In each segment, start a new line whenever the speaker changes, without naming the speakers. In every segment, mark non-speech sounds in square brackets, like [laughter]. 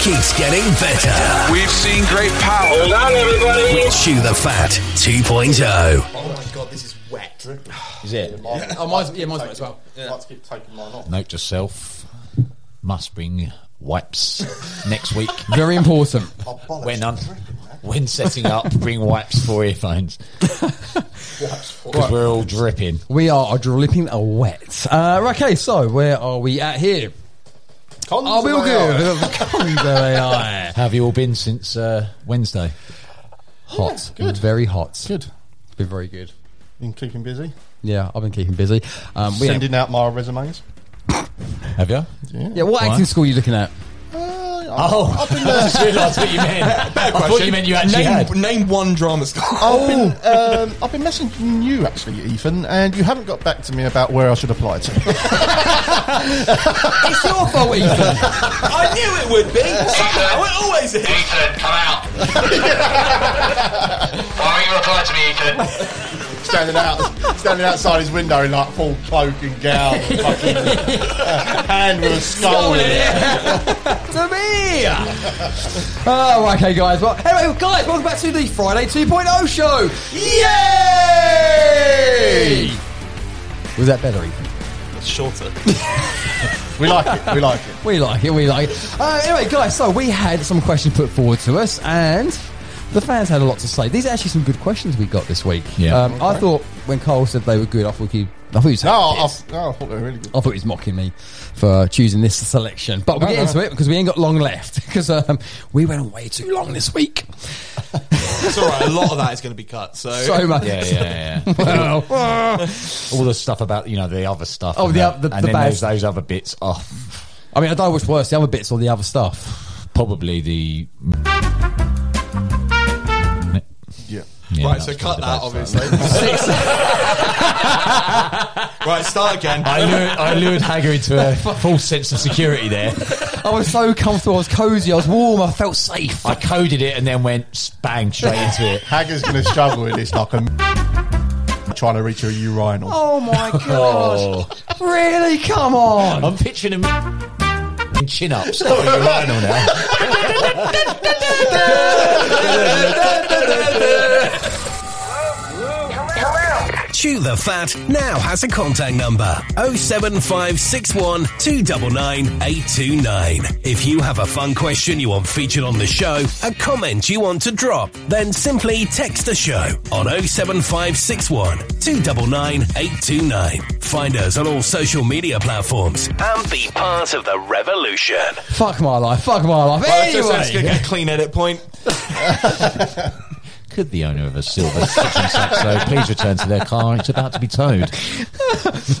keeps getting better.
We've seen great power. Hold on, everybody.
Chew the Fat 2.0.
Oh my god, this is wet.
Is it?
Oh, mine's, yeah, mine's wet as well.
Let's keep taking mine off.
Note to self: must bring wipes next week
Very important.
Oh, bollocks.
when un-
It's dripping, man.
when setting up. Bring wipes for earphones because we're all dripping.
We are dripping a wet. Uh, right, okay, so where are we at here?
Cons
Are we all
of AI.
good? [laughs] Cons of [laughs] AI.
How have you all been since uh, Wednesday?
Hot. Very hot.
Good.
Been very good.
Been keeping busy.
Yeah, I've been keeping busy. Um, we
Sending out my resumes.
Have you?
yeah, what acting school are you looking at?
Oh, I've been [laughs] I just realised what you meant. I thought you meant you actually
name,
had.
name one drama school.
Oh, um, I've been messaging you actually, Ethan, and you haven't got back to me about where I should apply to.
It's [laughs] your fault, Ethan.
I knew it would be. Somehow it always is.
Ethan, come out. [laughs] Why won't you reply to me, Ethan?
[laughs] standing out, standing outside his window in like full cloak and gown, fucking uh, hand with a skull in
[laughs]
it.
to me. oh, right, okay, guys. Well, anyway, guys, welcome back to the Friday 2.0 show. Yay! Was that better, Ethan?
It's shorter.
We like it. We like it.
We like it. We like it. Uh, anyway, guys, so we had some questions put forward to us, and the fans had a lot to say. These are actually some good questions we got this week.
Yeah.
Um, I thought when Carl said they were good, I thought he, I thought he was.
No, I, I,
I,
no, I thought they were really good.
thought he was mocking me for choosing this selection, but we'll
No,
get
no.
into it because we ain't got long left [laughs] because um, we went on way too long this week.
It's all right. A lot of that is going to be cut. So,
So much.
Yeah, yeah, yeah.
Wow.
all the stuff about you know the other stuff.
Oh,
and
the
that.
oth- the-
and
the
then
bad
there's
stuff.
those other bits. Oh,
I mean, I don't know which worse, the other bits or the other stuff.
probably the.
Yeah.
yeah,
right.
that's
So cut
probably the
that,
bad
obviously. [laughs] right. Start again.
stuff. I lured, I lured Hagger into a false sense of security there.
I was so comfortable, I was cozy, I was warm, I felt safe.
I coded it and then went bang straight into it.
Hagger's going to struggle with this like a trying to reach a urinal.
Oh [laughs] my gosh. Oh. Really? Come on.
I'm picturing him in chin ups. Oh, you're right on
[laughs]
now.
Chew the Fat now has a contact number 07561 299 829. If you have a fun question you want featured on the show, a comment you want to drop, then simply text the show on 07561 299 829. Find us on all social media platforms and be part of the revolution.
Fuck my life. Fuck my life.
Right, just- just gonna
Anyway.
get a clean edit point.
Could the owner of a silver kitchen saxo please return to their car? It's about to be towed.
[laughs]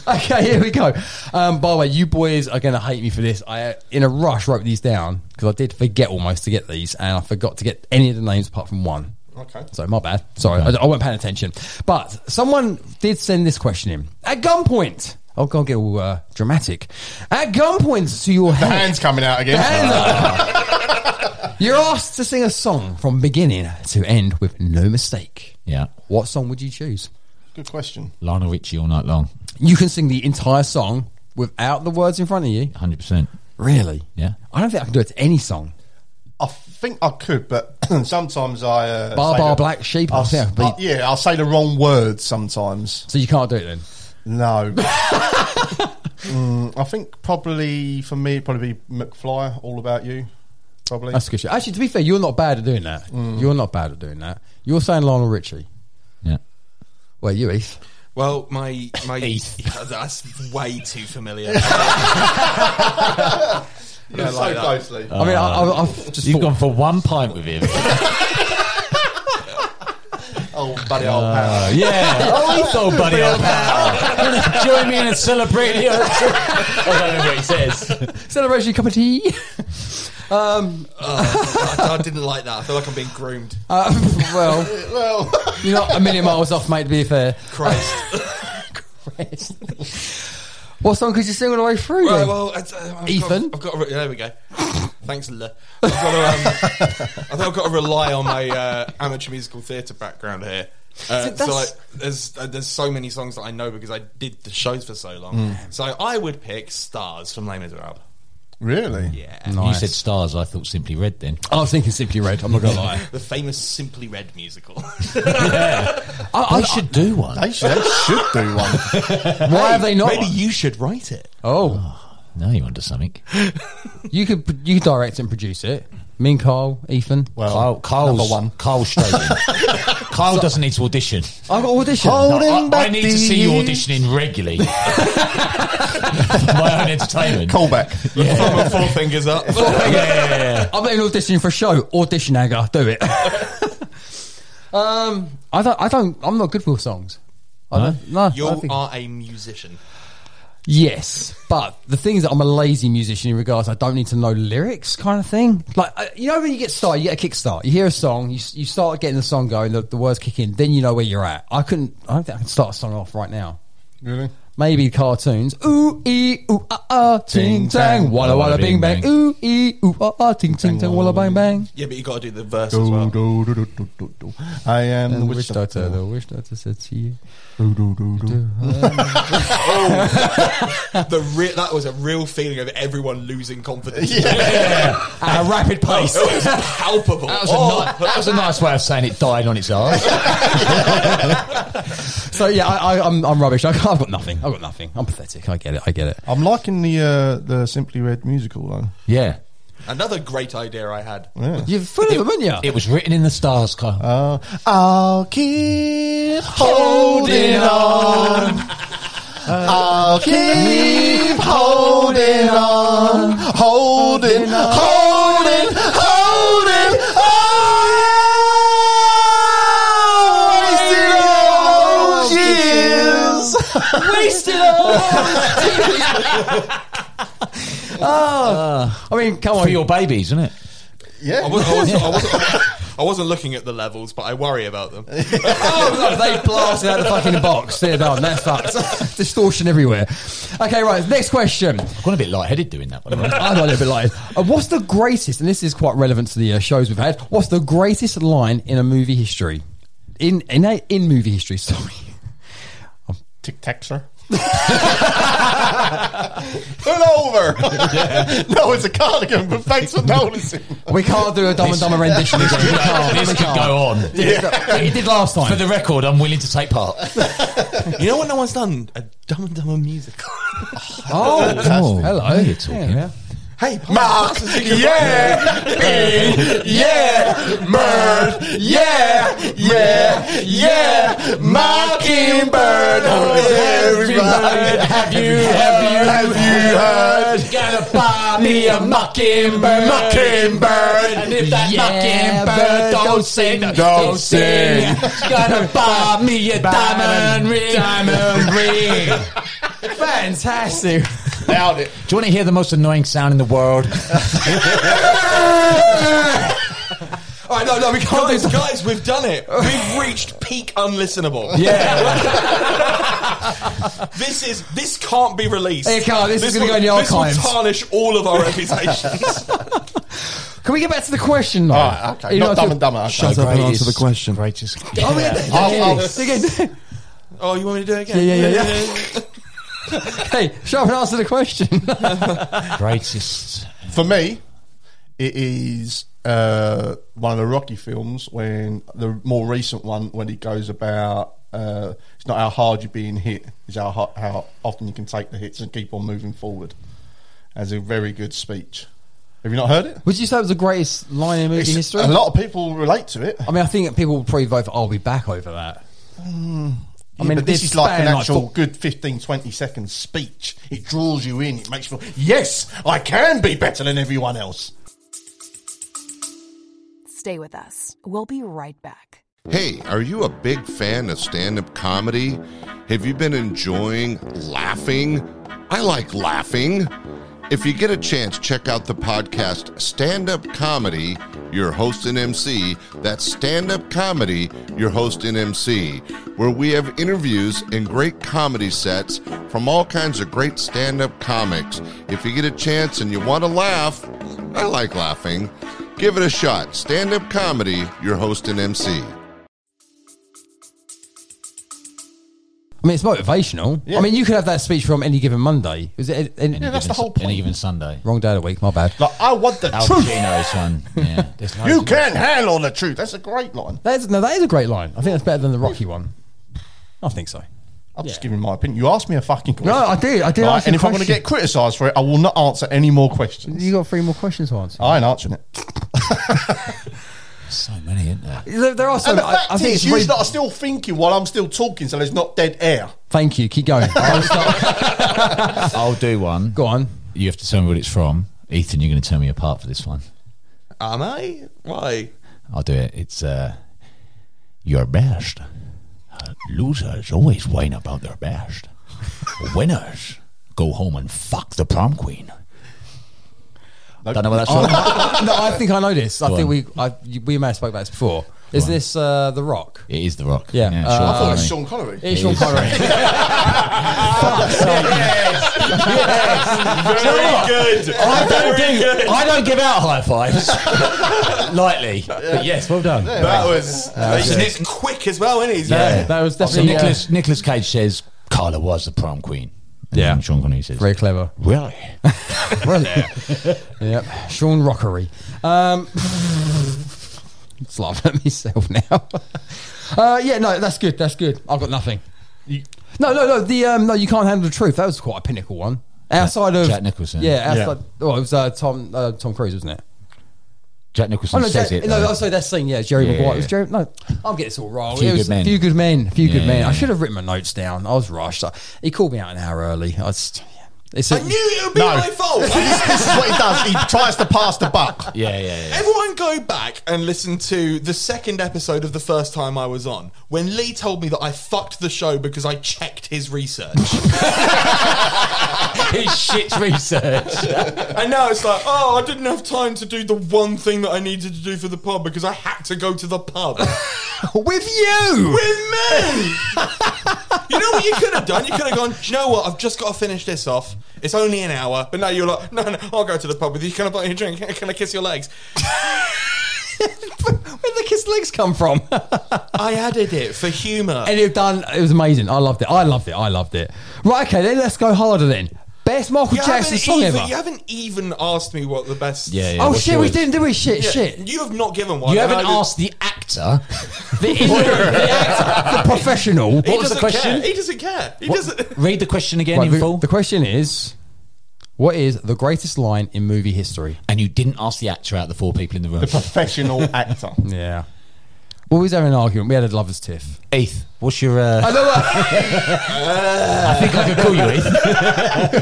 Okay, here we go. Um, by the way, you boys are going to hate me for this. I, uh, in a rush, wrote these down because I did forget almost to get these and I forgot to get any of the names apart from one.
Okay.
So, my bad. Sorry, I, I wasn't paying attention. But someone did send this question in. At gunpoint, I'll go get all uh, dramatic. At gunpoint to your
The
head.
hand's coming out again.
Hello. You're asked to sing a song from beginning to end with no mistake.
Yeah.
What song would you choose?
Good question.
Lionel Richie all night long.
You can sing the entire song without the words in front of you.
100%.
Really?
Yeah.
I don't think I can do it to any song.
I think I could, but [clears throat] sometimes I uh,
Bar
say
Bar
the-
Black Sheep.
I'll,
yeah,
yeah,
but-
yeah, I'll say the wrong words sometimes.
So you can't do it then. [laughs]
No. Mm, I think probably for me, it'd probably be McFly, All About You. Probably.
That's a good. Show. Actually, to be fair, you're not bad at doing that.
Mm.
You're not bad at doing that. You're saying Lionel Richie.
Yeah.
Well, you Heath.
Well, Oh, my my [laughs]
Heath.
Yeah, that's way too familiar.
You're so
like that.
closely.
I mean, I,
Uh,
I, I've just
You've
thought,
gone for one pint with him.
oh, buddy, old pal.
Uh, yeah. Oh, he's old buddy old pal. Join me in a celebration. I don't know what he says.
celebration cup of
[laughs]
tea.
I, I didn't like that. I feel like I'm being groomed.
Uh, well,
Well,
you're not a million miles off, mate. To be fair.
Christ.
[laughs] What song could you sing all the way through?
Right,
then?
well, it's, uh, I've
Ethan?
Got, I've got. To, re- there we go. Thanks, Le. I've got to, um, I think I've got to rely on my uh, amateur musical theatre background here. Uh, so like,
that's-
there's uh, there's so many songs
Hmm.
that I know because I did the shows for so long. So I would pick "Stars" from Les Miserables.
Really?
Yeah.
You said stars. I thought simply red. Then
I was thinking Simply Red. I'm not
[laughs]
gonna lie.
The famous Simply Red musical.
I, I should do one.
They should, they should do one.
[laughs] Why have they not?
Maybe you should write it.
Oh,
now you're onto something.
you could pro- you could direct and produce it. Me and Carl, Ethan.
Well,
Kyle, Kyle's,
number one.
Kyle's straight in. Kyle doesn't need to audition.
[laughs] I've got audition.
I, I need to see you auditioning regularly. [laughs] For my own entertainment.
Callback.
The thumb and [laughs] four fingers
[laughs]
up.
Yeah, yeah, yeah, yeah.
I'm not even auditioning for a show. Audition, Aga. Do
[laughs]
it. um, I don't. I don't. I'm not good with songs. I don't, no, I
You
don't think-
are a musician.
yes, but the thing is, that I'm a lazy musician in regards. I don't need to know lyrics, kind of thing. Like I- you know, when you get started, you get a kickstart. You hear a song, you s- you start getting the song going, the, the words kick in, then you know where you're at. I couldn't. I don't think I can start a song off right now.
Really?
Maybe cartoons. Ooh ee ooh ah ah ting
Ting, tang.
tang walla walla bing bang. Ooh ee ooh ah ah ting ting tang walla bang bang.
Yeah, but you got to do the verse as well.
Do, do, do, do, do, do, do. I am the
And
witch
wish that
doctor.
I wish that I said to you.
Do, do, do, do.
The re- that was a real feeling of everyone losing confidence.
At a rapid pace.
It was palpable.
That was, a
Oh.
ni- that was a nice way of saying it died on its arse.
[laughs] So yeah, I, I, I'm, I'm rubbish. I, I've got nothing. I've got nothing. I'm pathetic. I get it. I get it.
I'm liking the uh, the Simply Red musical though.
yeah.
Another great idea I had.
You're full of them, aren't you?
It was written in the stars, Kyle.
Uh, I'll keep holding on. I'll keep holding on, holding, holding, holding on. Wasted all those years.
[laughs] Oh, I mean, come
for
on.
your babies, isn't it?
Yeah,
I wasn't, I, wasn't, I, wasn't, I wasn't looking at the levels, but I worry about
[laughs]
them.
Oh, no, they blasted out the fucking box. They're done. They're fucked. [laughs] Distortion everywhere. Okay, right. Next question.
I've got a bit lightheaded doing that one.
I got a little bit like uh,
Oh,
What's the greatest? And this is quite relevant to the uh, shows we've had. What's the greatest line in a movie history? In in a, in movie history, [laughs] sorry.
Tic Tac, sir.
Turn over!
No, it's a cardigan, but thanks for noticing.
We can't do a Dumb and Dumber rendition. Again. We can't.
this
we
could
can't.
go on.
It did last
For
time.
the record, I'm willing to take part.
you know what no one's done? A Dumb and Dumber musical.
Oh,
Oh,
hello.
now you're talking.
Yeah.
hey,
[laughs]
Mark!
Yeah, me, [laughs] yeah, bird, yeah, yeah, yeah, mockingbird. Everybody,
Have you,
have you heard?
gonna buy me a mockingbird?
Mockingbird.
And if that
Yeah, but
mockingbird don't sing, don't,
sing.
[laughs] gonna buy me a diamond ring. Diamond [laughs] ring.
Fantastic.
Doubt it.
Do you want to hear the most annoying sound in the world?
All right, no, no, we can't. Guys, guys, we've done it. We've reached peak
[laughs]
unlistenable.
Yeah.
[laughs] This is this can't be released.
It can't. This is gonna
will-
go in the archives.
This will tarnish all of
[laughs]
our reputations.
Can we get back to the question? Though?
All right, okay. Not Dumb and Dumber, okay.
Shut up and answer the question.
Greatest.
Oh, yeah.
I'll- I'll- [laughs]
Again.
oh, you want me to do it again?
[laughs] Yeah, yeah, yeah, [laughs] Hey, shut up and answer the question. [laughs]
Greatest.
For me, it is uh, one of the Rocky films when the more recent one when it goes about uh, it's not how hard you're being hit, it's how ho- how often you can take the hits and keep on moving forward. As a very good speech. Have you not heard it?
Would you say it was the greatest line in movie
It's-
history?
A lot of people relate to it.
I mean, I think people would probably vote for I'll be back over that.
I mean,
mean,
Mm. but this
it
is like an
span, like,
actual
four-
good 15, 20 second speech. It draws you in. It makes you feel, yes, I can be better than everyone else.
Stay with us. We'll be right back.
Hey, are you a big fan of stand up comedy? Have you been enjoying laughing? I like laughing. If you get a chance, check out the podcast Stand Up Comedy, your host and MC. That's Stand Up Comedy, your host and MC, where we have interviews and great comedy sets from all kinds of great stand up comics. If you get a chance and you want to laugh, I like laughing. Give it a shot. Stand Up Comedy, your host and MC.
I mean, it's motivational.
Yeah.
I mean, you could have that speech from any given Monday. Is it? Any,
Any
that's
given
the
Su-
whole point.
Any given [laughs] Sunday.
wrong day of the week. My bad.
Like, I want the
Al
truth.
Pacino's one. Yeah. There's loads
You
of-
can't handle the truth. That's a great line.
That is, no, that is a great line. I think that's better than the Rocky one. I think so.
I'm just giving my opinion. You asked me a fucking question.
No, I did. I did.
Right,
ask you
and
a
if I'm going to
question.
get criticised for it, I will not answer any more questions.
you got three more questions to answer.
I ain't answering it.
So many, isn't [laughs] there?
There, there are so.
And the
I-
fact
I, think
is,
it's
you
really-
lot are still thinking while I'm still talking, so there's not dead
[laughs]
air.
Thank you. Keep
[laughs]
going. I'll start.
I'll do one.
Go on.
You have to tell me what it's from. Ethan, you're going to tear me apart for this one.
Am I? Why?
I'll do it. It's uh, your best. Uh, losers always whine about their
[laughs]
best. Winners go home and fuck the prom queen. Don't know what
oh,
that's from.
no, I think I know this. I
Go
think
on.
we I, you- we may have spoke about this before. Is
on.
this uh, the Rock?
It is The Rock.
Yeah, uh,
Sean
I
I thought it
Connery.
was Sean Connery.
It's Sean
[laughs]
[laughs] Connery.
Very good.
I don't do. I don't give out
[laughs]
high fives [laughs] lightly. But yes, well done.
That was. and it's quick as well, isn't it?
Yeah, that was definitely,
So Nicholas Nicholas Cage says Carla was the prom queen. And
Yeah.
then Sean Connery says
Very clever. [laughs]
really.
Really? yep. Sean Rockery. Um, [laughs] just laughing at myself now. [laughs] uh, yeah, no, that's good. That's good. I've got nothing. no, no, no. The um, no, you can't handle the truth. That was quite a pinnacle one. Outside of
Jack Nicholson.
Yeah. Outside. Oh, it was uh, Tom uh, Tom Cruise, wasn't it?
Jack
Oh
Nicholson
no,
says
Jack,
it.
no.
though.
Oh, sorry, that's thing. Yeah, Jerry
Yeah,
Maguire.
yeah,
It was
yeah.
Jerry. No, I'm getting this all wrong.
Few
it was
Good Men.
Few good men. Few good
Yeah,
men.
yeah,
I
yeah.
should have written my notes down. I was rushed. I, he called me out an hour early. I just. Yeah. It's
I knew it would be
No.
my
[laughs]
fault.
this is what he does. He tries to pass the buck.
Yeah, yeah, yeah.
Everyone go back and listen to the second episode of the first time I was on when Lee told me that I fucked the show because I checked his research.
His shit [laughs] research.
and now it's like, oh, I didn't have time to do the one thing that I needed to do for the pub because I had to go to the pub.
with you.
with me. you know what you could have done? You could have gone, do you know what? I've just got to finish this off. It's only an hour. But no, you're like, no, no, I'll go to the pub with you. Can I buy you a drink? Can I kiss your legs?
Where did the kiss legs come from?
I added it for humour.
and you've done. It was amazing. I loved it. I loved it. I loved it. Right. Okay. Then let's go harder. Then best Michael
You
Jackson
haven't,
song
even,
ever.
you haven't even asked me what the best.
Yeah, yeah.
oh
what's
shit, we
yours?
didn't, did we? Shit,
Yeah,
[laughs]
shit.
You have not given one.
Oh, You
and
haven't
I did-
asked the actor.
The, [laughs] the actor, the professional.
He
What was
doesn't
the
care.
question?
He doesn't care. He doesn't.
[laughs] Read the question again
Right,
in
the,
full.
the question is, what is the greatest line in movie history?
and you didn't ask the actor out of the four people in the room.
The professional actor.
Yeah. Well, we was having an argument. We had a lovers' tiff.
Heath, what's your? Uh,
[laughs] I
I think I could call you Heath.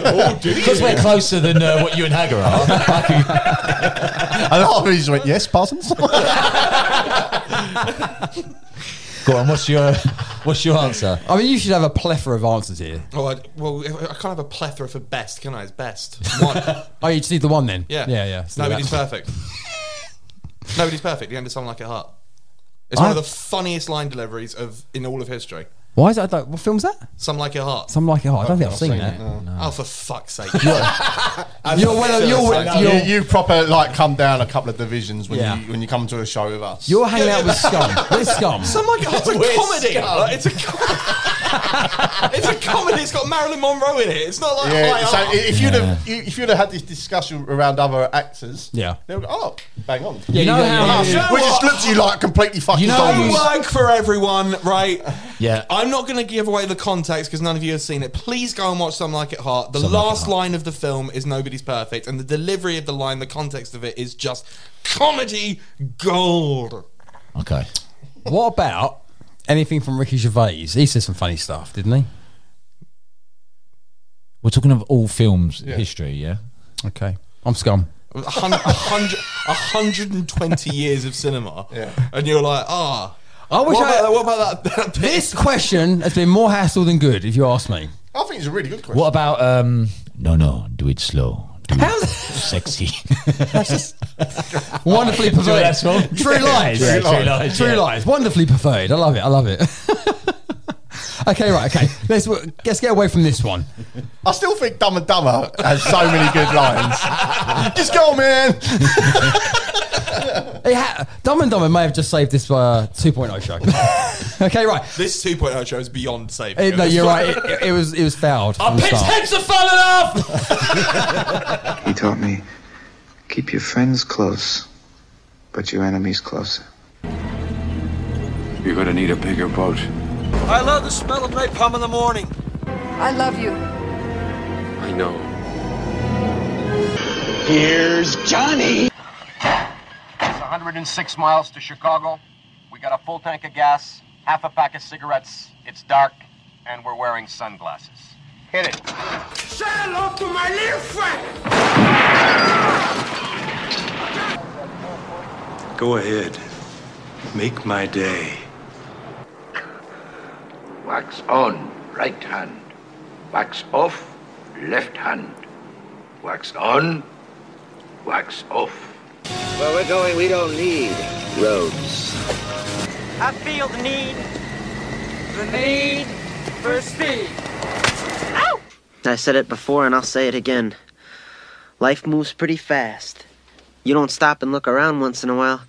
Oh,
Because we're closer than uh, what you and Hagar are.
[laughs]
and [laughs] after he just went, yes, Parsons.
Go on, what's your what's your answer?
mean, you should have a plethora of answers here.
Oh, I, well, I can't have a plethora for best, can I? It's
[laughs]
best. One.
Oh, you just need the one then.
Yeah.
yeah, yeah. Let's do
Nobody's
that.
perfect. Nobody's perfect. You end someone like a heart. It's one of the funniest line deliveries of in all of history.
Why is that? Like, what film's that?
Some like a heart.
Some like it. Oh, I don't think I've seen,
seen
that.
Oh, for fuck's
[laughs]
sake! [laughs]
You're one of- you're one-
you,
you're-
you proper like come down a couple of divisions when
Yeah.
you when you come to a show with us.
You're hanging out with scum. We're scum.
Some like a heart's a
We're
comedy.
scum.
Like, it's a com- [laughs] it's a comedy. It's got Marilyn Monroe in it. It's not like
yeah.
high
So
art.
i- if you'd have you, if you'd have had this discussion around other actors,
Yeah.
they would go, oh, bang on.
Yeah,
You know
got-
how-
Us, we just looked at you like completely fucking
You know-
Don't
dogs.
work for everyone, right?
Yeah.
I'm not going to give away the context because none of you have seen it. Please go and watch Some Like It Hot. The
Some Like It
last
Hot.
line of the film is nobody's perfect, and the delivery of the line, the context of it, is just comedy gold.
Okay.
What about anything from Ricky Gervais? He said some funny stuff, didn't he?
We're talking of all films history, yeah?
Okay. I'm scum.
A hun- a hundred- a hundred and twenty years of cinema,
Yeah.
and you're like, ah.
I wish
what,
I-
about, that- what about that? that [laughs] bit?
This question has been more hassle than good, if you ask me.
I think it's a really good question.
What about um No no, do it slow. Do it
How's- [laughs]
sexy.
Wonderfully
what
perverted.
Oh, that's called?
True lies.
[laughs] Yeah,
True lies.
True
yeah.
lies. Wonderfully perverted. I love it. I love it. [laughs] okay, right. Okay. Let's let's get away from this one.
I still think Dumb and Dumber has so many good lines. just go, man.
It ha- Dumb and Dumber may have just saved this uh, 2.0 show. [laughs] okay, right.
This 2.0 show is beyond saving.
It- Eh, no, you're right. It, it- it was it was fouled.
Our
from the
pits'
start.
heads are falling off!
He taught me keep your friends close, but your enemies closer.
You're gonna need a bigger boat.
I love the smell of napalm in the morning.
I love you.
I know.
It's 106 miles to Chicago. We got a full tank of gas, half a pack of cigarettes. It's dark, and we're wearing sunglasses. Hit it. Say hello to my little friend.
Go ahead. Make my day.
Wax on, right hand. Wax off, left hand. Wax on, wax off. Where we're going, we don't need roads.
I feel the need, the need for speed.
[laughs] I said it before and I'll say it again. Life moves pretty fast. You don't stop and look around once in a while,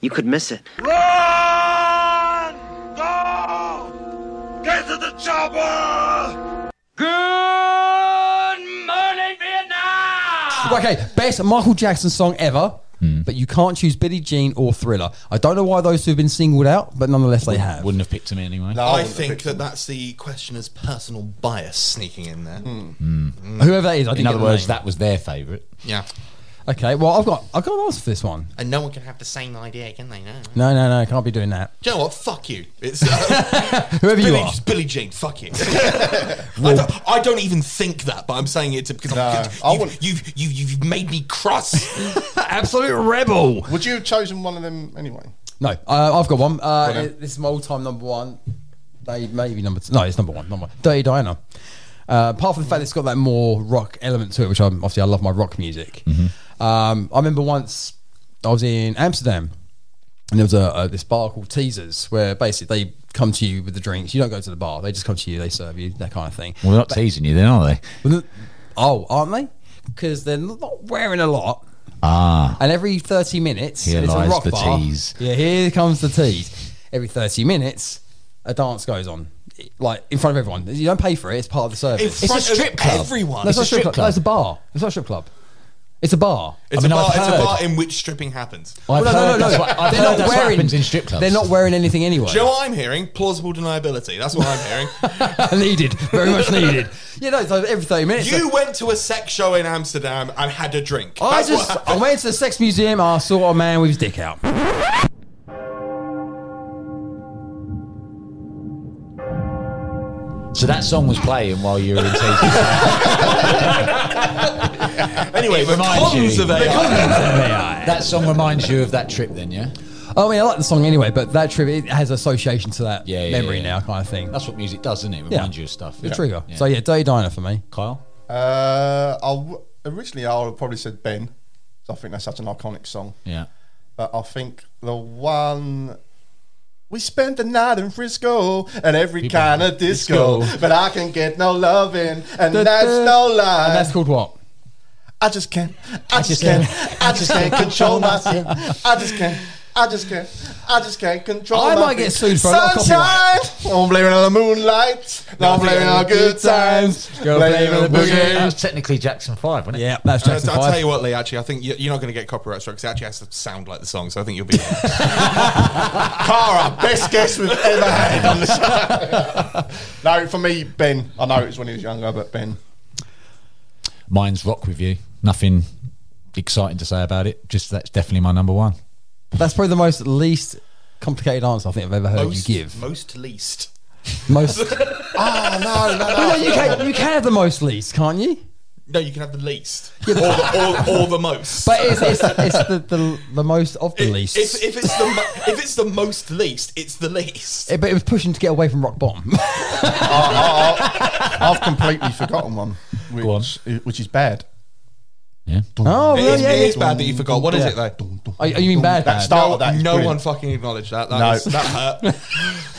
you could miss it.
Run! Go! Get to the chopper! Good morning, Vietnam!
Okay, best Michael Jackson song ever,
Hmm.
but you can't choose Billie Jean or Thriller. I don't know why those two have been singled out, but nonetheless they have.
Wouldn't have picked him anyway.
No,
I
wouldn't have
think
picked
that
him.
that's the questioner's personal bias sneaking in there.
Whoever that is, I didn't
In
get
other
the
words,
name.
that was their favourite.
Yeah.
Okay, well I've got I've got an answer for this one.
And no one can have the same idea, can they? No.
No, no, no, can't be doing that.
Do you know what? Fuck you. It's uh,
[laughs] Whoever you
Billy,
are,
Billy Jean. Fuck
[laughs]
you. I, don't, I don't even think that, but I'm saying it to, because I'm,
I
you've,
wouldn't-
you've, you you've made me
[laughs]
cross.
absolute rebel.
Would you have chosen one of them anyway?
No, uh, I've got one. Uh,
then.
this is my all-time number one. They maybe number two. No, it's number one. Number one. Dirty Diana. Uh, apart from the fact that it's got that more rock element to it, which I'm obviously I love my rock music. Um, I remember once I was in Amsterdam, and there was a, a this bar called Teasers, where basically they come to you with the drinks. You don't go to the bar; they just come to you, they serve you, that kind of thing.
Well, they're not teasing you then, are they?
Well, Oh, aren't they? Because they're not wearing a lot.
Ah.
And every 30 minutes,
Here
and it's a
lies
rock
the
bar.
tease.
Yeah, here comes the tease. Every 30 minutes, a dance goes on. Like in front of everyone. You don't pay for it, it's part of the service.
In front of
strip club.
Everyone.
no,
It's
it's, not
a
a strip club.
club.
No, it's a bar. It's not a strip club. It's a bar.
It's,
I mean,
a, bar,
I've
it's a
heard-
bar in which stripping happens.
I've
Well,
heard that's what- I've
they're
heard
not
that's what
wearing-
happens in strip clubs.
They're not wearing anything anyway.
Do you know what I'm hearing? Plausible deniability. That's what I'm hearing.
[laughs] needed, very much needed.
[laughs]
Yeah, no. So every thirty minutes,
you went to a sex show in Amsterdam and had a drink.
I
That's what
just I
happened.
went to the sex museum. I saw a man with his dick out.
So that song was playing while you were
[laughs]
in teasing.
Anyway,
It
the
reminds
cons
you.
of AI.
that song reminds you of that trip then, yeah?
I mean, I like the song anyway, but that trip it has association to that
Yeah, yeah,
memory
yeah.
now, kind of thing. That's
That's what music does, isn't it? It
Yeah.
reminds you of stuff.
the trigger. So yeah, Dirty Diner for me.
Kyle?
Uh, I w- originally I would have probably said Ben. 'cause I think that's such an iconic song.
Yeah.
But I think the one. We spent the night in Frisco at every kind of disco,
disco.
but I can get no loving, and
Da-
that's
da.
no lie.
And that's called what?
I just can't. I just can't. I just can't control myself. I just can't. I just can't. I just can't control.
I
my
might get sued for a lot of
Sunshine. Don't blame it on the moonlight. Don't blame it on good times.
Go blame it on the boogie.
That was technically Jackson 5, wasn't it?
Yeah, that's
Uh, I'll
Jackson
tell
Five.
you what, Lee. Actually, I think you- you're not going to get copyright strikes. It actually has to sound like the song, so I think you'll
[laughs]
be.
Cara, best guest we've ever had on the show. no, for me, Ben. I know it was when he was younger, but Ben.
Mine's Rock With You. Nothing exciting to say about it. Just that's definitely my number one.
That's probably the most least complicated answer I think I've ever heard
Most-
you give.
most least.
Most.
[laughs]
Oh no, no,
Well, no,
no. [laughs]
you can you can have the most least, can't you?
No, you can have the
[laughs]
least or, the, or, or the most.
But it's it's, it's the, the the most of the least.
If, if it's the mo- if it's the most least, it's the least.
Eh, but it was pushing to get away from rock bottom. [laughs]
I, I, I've completely forgotten one, which,
on.
which is bad.
Yeah.
oh,
It
well,
is-
yeah,
it
yeah.
is bad that you forgot. What is
Yeah.
it though? Oh,
Oh, you mean bad?
That
bad?
start of that is
no
brilliant.
one fucking acknowledged that. That,
No.
was, that [laughs] hurt.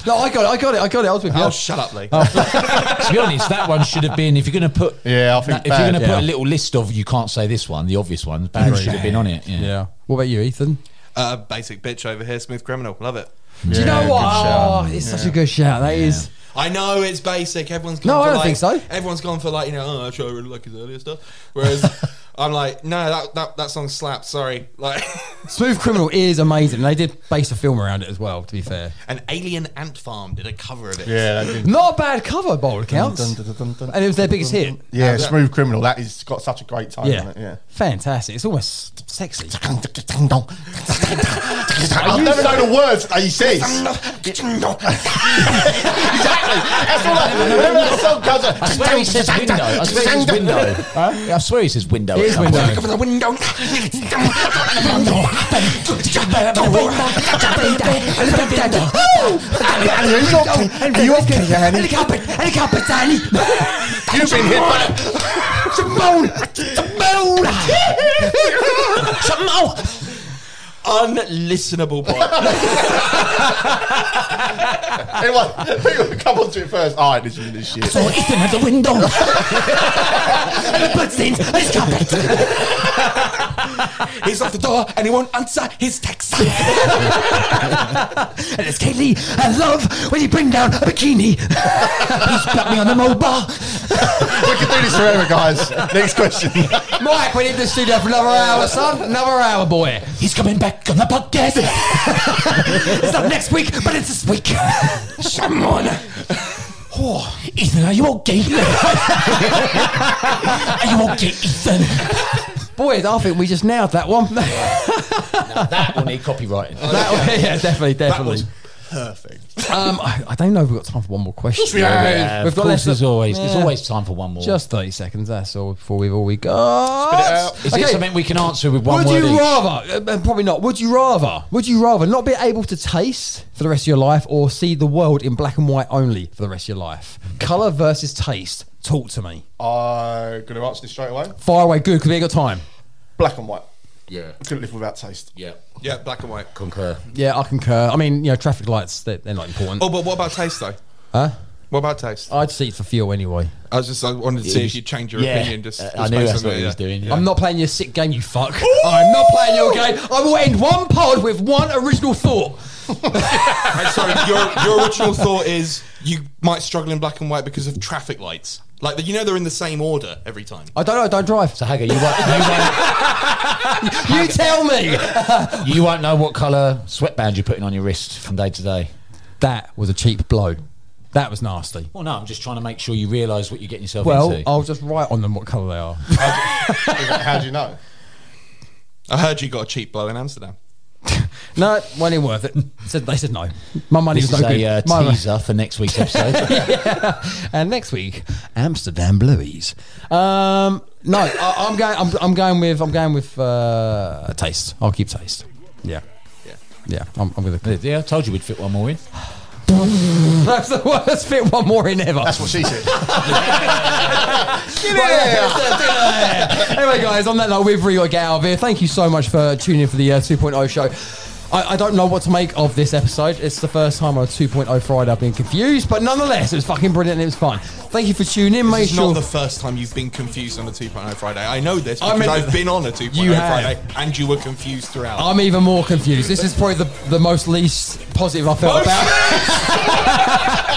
No, I got it. I got it. I got it. I was with you.
Oh, shut up, Lee.
to be honest, that one should have been if you're going to put
Yeah, I think
if you're
bad,
going to put
yeah.
a little list of you can't say this one, the obvious one, bad should have been on it. Yeah.
yeah. What about you, Ethan?
Uh, basic bitch over here, smooth criminal. Love it.
Do you know what? Oh, it's such a good shout. That is.
I know it's basic. Everyone's gone
No,
for
I don't
like,
think so.
Everyone's gone for like you know, oh, actually, I really like his earlier stuff.
[laughs]
Whereas I'm like, no, that that, that song slaps. Sorry, like [laughs]
Smooth Criminal is amazing. They did base a film around it as well, to be fair.
an alien ant farm did a cover of it.
Yeah, that did.
Not a bad cover, by all accounts.
Dun, dun, dun, dun, dun.
And it was their biggest hit.
Yeah, Smooth Criminal. That is got such a great time on
Yeah.
it. Yeah.
Fantastic. It's almost sexy.
I never know the words that he says. [laughs] exactly. That's all I Whenever that song comes on.
I swear he says window. I swear he says window. I swear he says window.
It is window.
Cover the window.
Are you okay, Danny? You've been hit by
Unlistenable
[laughs]
part.
Anyone, people come on to it first. All right, this is this shit.
So Ethan at the Oh, window.
He's off the door and he won't answer his text.
And it's Kaylee. I love when you bring down a bikini. He's got me on the mobile.
we can do this forever, guys. Next question.
Mike, we need this studio for another hour, son. Another hour, boy.
He's coming back on the podcast. it's not next week, but it's this week. Someone. Oh, Ethan, are you
[laughs]
okay? are you okay, Ethan?
Boys, I think we just nailed that one. that
That will need
[laughs]
copywriting.
one yeah, definitely, definitely.
was
perfect. Um, I, I don't know if we've got time for one more question.
Yeah,
We've
of
got
course,
less
there's
than-
always there's
Yeah.
always time for one more.
Just 30 seconds, that's all before we've all we got.
is it something we can answer with one
Would
word?
you
each?
rather, uh, uh, probably not, would you rather, would you rather not be able to taste for the rest of your life or see the world in black and white only for the rest of your life? Colour versus taste. Talk to me.
I'm going to answer this straight away.
Fire away, good, because we ain't got time.
Black and white.
Yeah,
Couldn't live without taste.
yeah,
yeah, black and white.
concur.
Yeah, I concur. I mean, you know, traffic lights, they're, they're not important.
Oh, but what about taste though?
Huh?
What about taste?
I'd see it for fuel anyway.
I was just I wanted to see if you'd change your
Yeah.
opinion. Just,
Uh,
just
I knew
based
that's
on
what
that,
he was
yeah.
doing.
I'm not playing your sick game, you fuck. I'm not playing your game. I will end one pod with one original thought.
Hey, sorry, your, your original thought is you might struggle in black and white because of traffic lights. Like you know they're in the same order every time.
I don't know, I don't drive.
So Hager, you won't,
[laughs]
you,
You tell me.
won't, you won't know what colour sweatband you're putting on your wrist from day to day.
That was a cheap blow. That was nasty.
Well, no, I'm just trying to make sure you realise what you're getting yourself
Well,
into.
I'll just write on them what colour they are.
How do you know?
I heard you got a cheap blow in Amsterdam.
no, it wasn't worth it. Said they said no. My money
this
was
is
no good.
a uh,
My-
teaser for next week's episode.
[laughs] and next week, Amsterdam Blueies. Um, no, I, I'm going. I'm, I'm going with. I'm going with uh, taste. I'll keep taste. Yeah,
Yeah.
yeah. I'm, I'm gonna.
yeah, I told you we'd fit one more in.
[laughs] That's the worst fit one more in ever.
That's what she said.
[laughs] [laughs] anyway, guys, on that note, we've really got to get out of here. Thank you so much for tuning in for the uh, 2.0 show. I, I don't know what to make of this episode. It's the first time on a 2.0 Friday I've been confused, but nonetheless, it was fucking brilliant and it was fun. Thank you for tuning in. Make
It's
sure
not the first time you've been confused on a 2.0 Friday. I know this
I
because
meant-
I've been on a 2.0
You have.
Friday and you were confused throughout.
I'm even more confused. This is probably the, the most least positive I felt about. [laughs]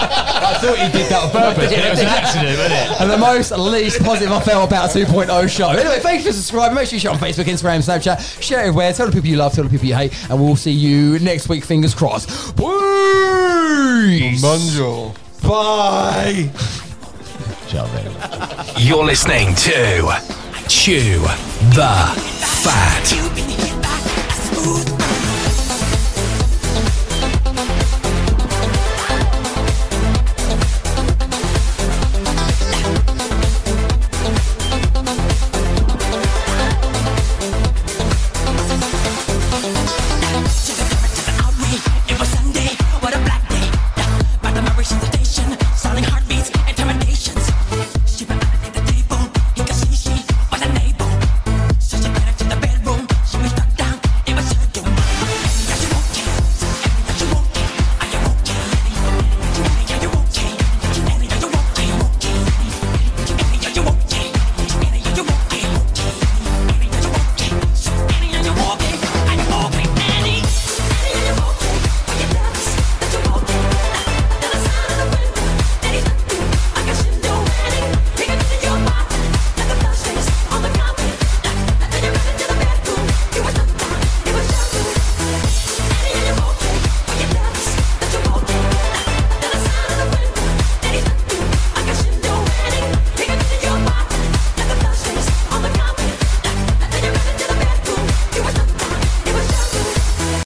I thought you did that on purpose.
It was an accident, wasn't it?
and the most least positive I felt about 2.0 show. Anyway, thanks for subscribing. Make sure you share on Facebook, Instagram, Snapchat. Share everywhere. Tell the people you love, tell the people you hate, and we'll see you next week. Fingers crossed. Peace.
Mundial.
Bye.
You're listening to Chew the Fat.
Smooth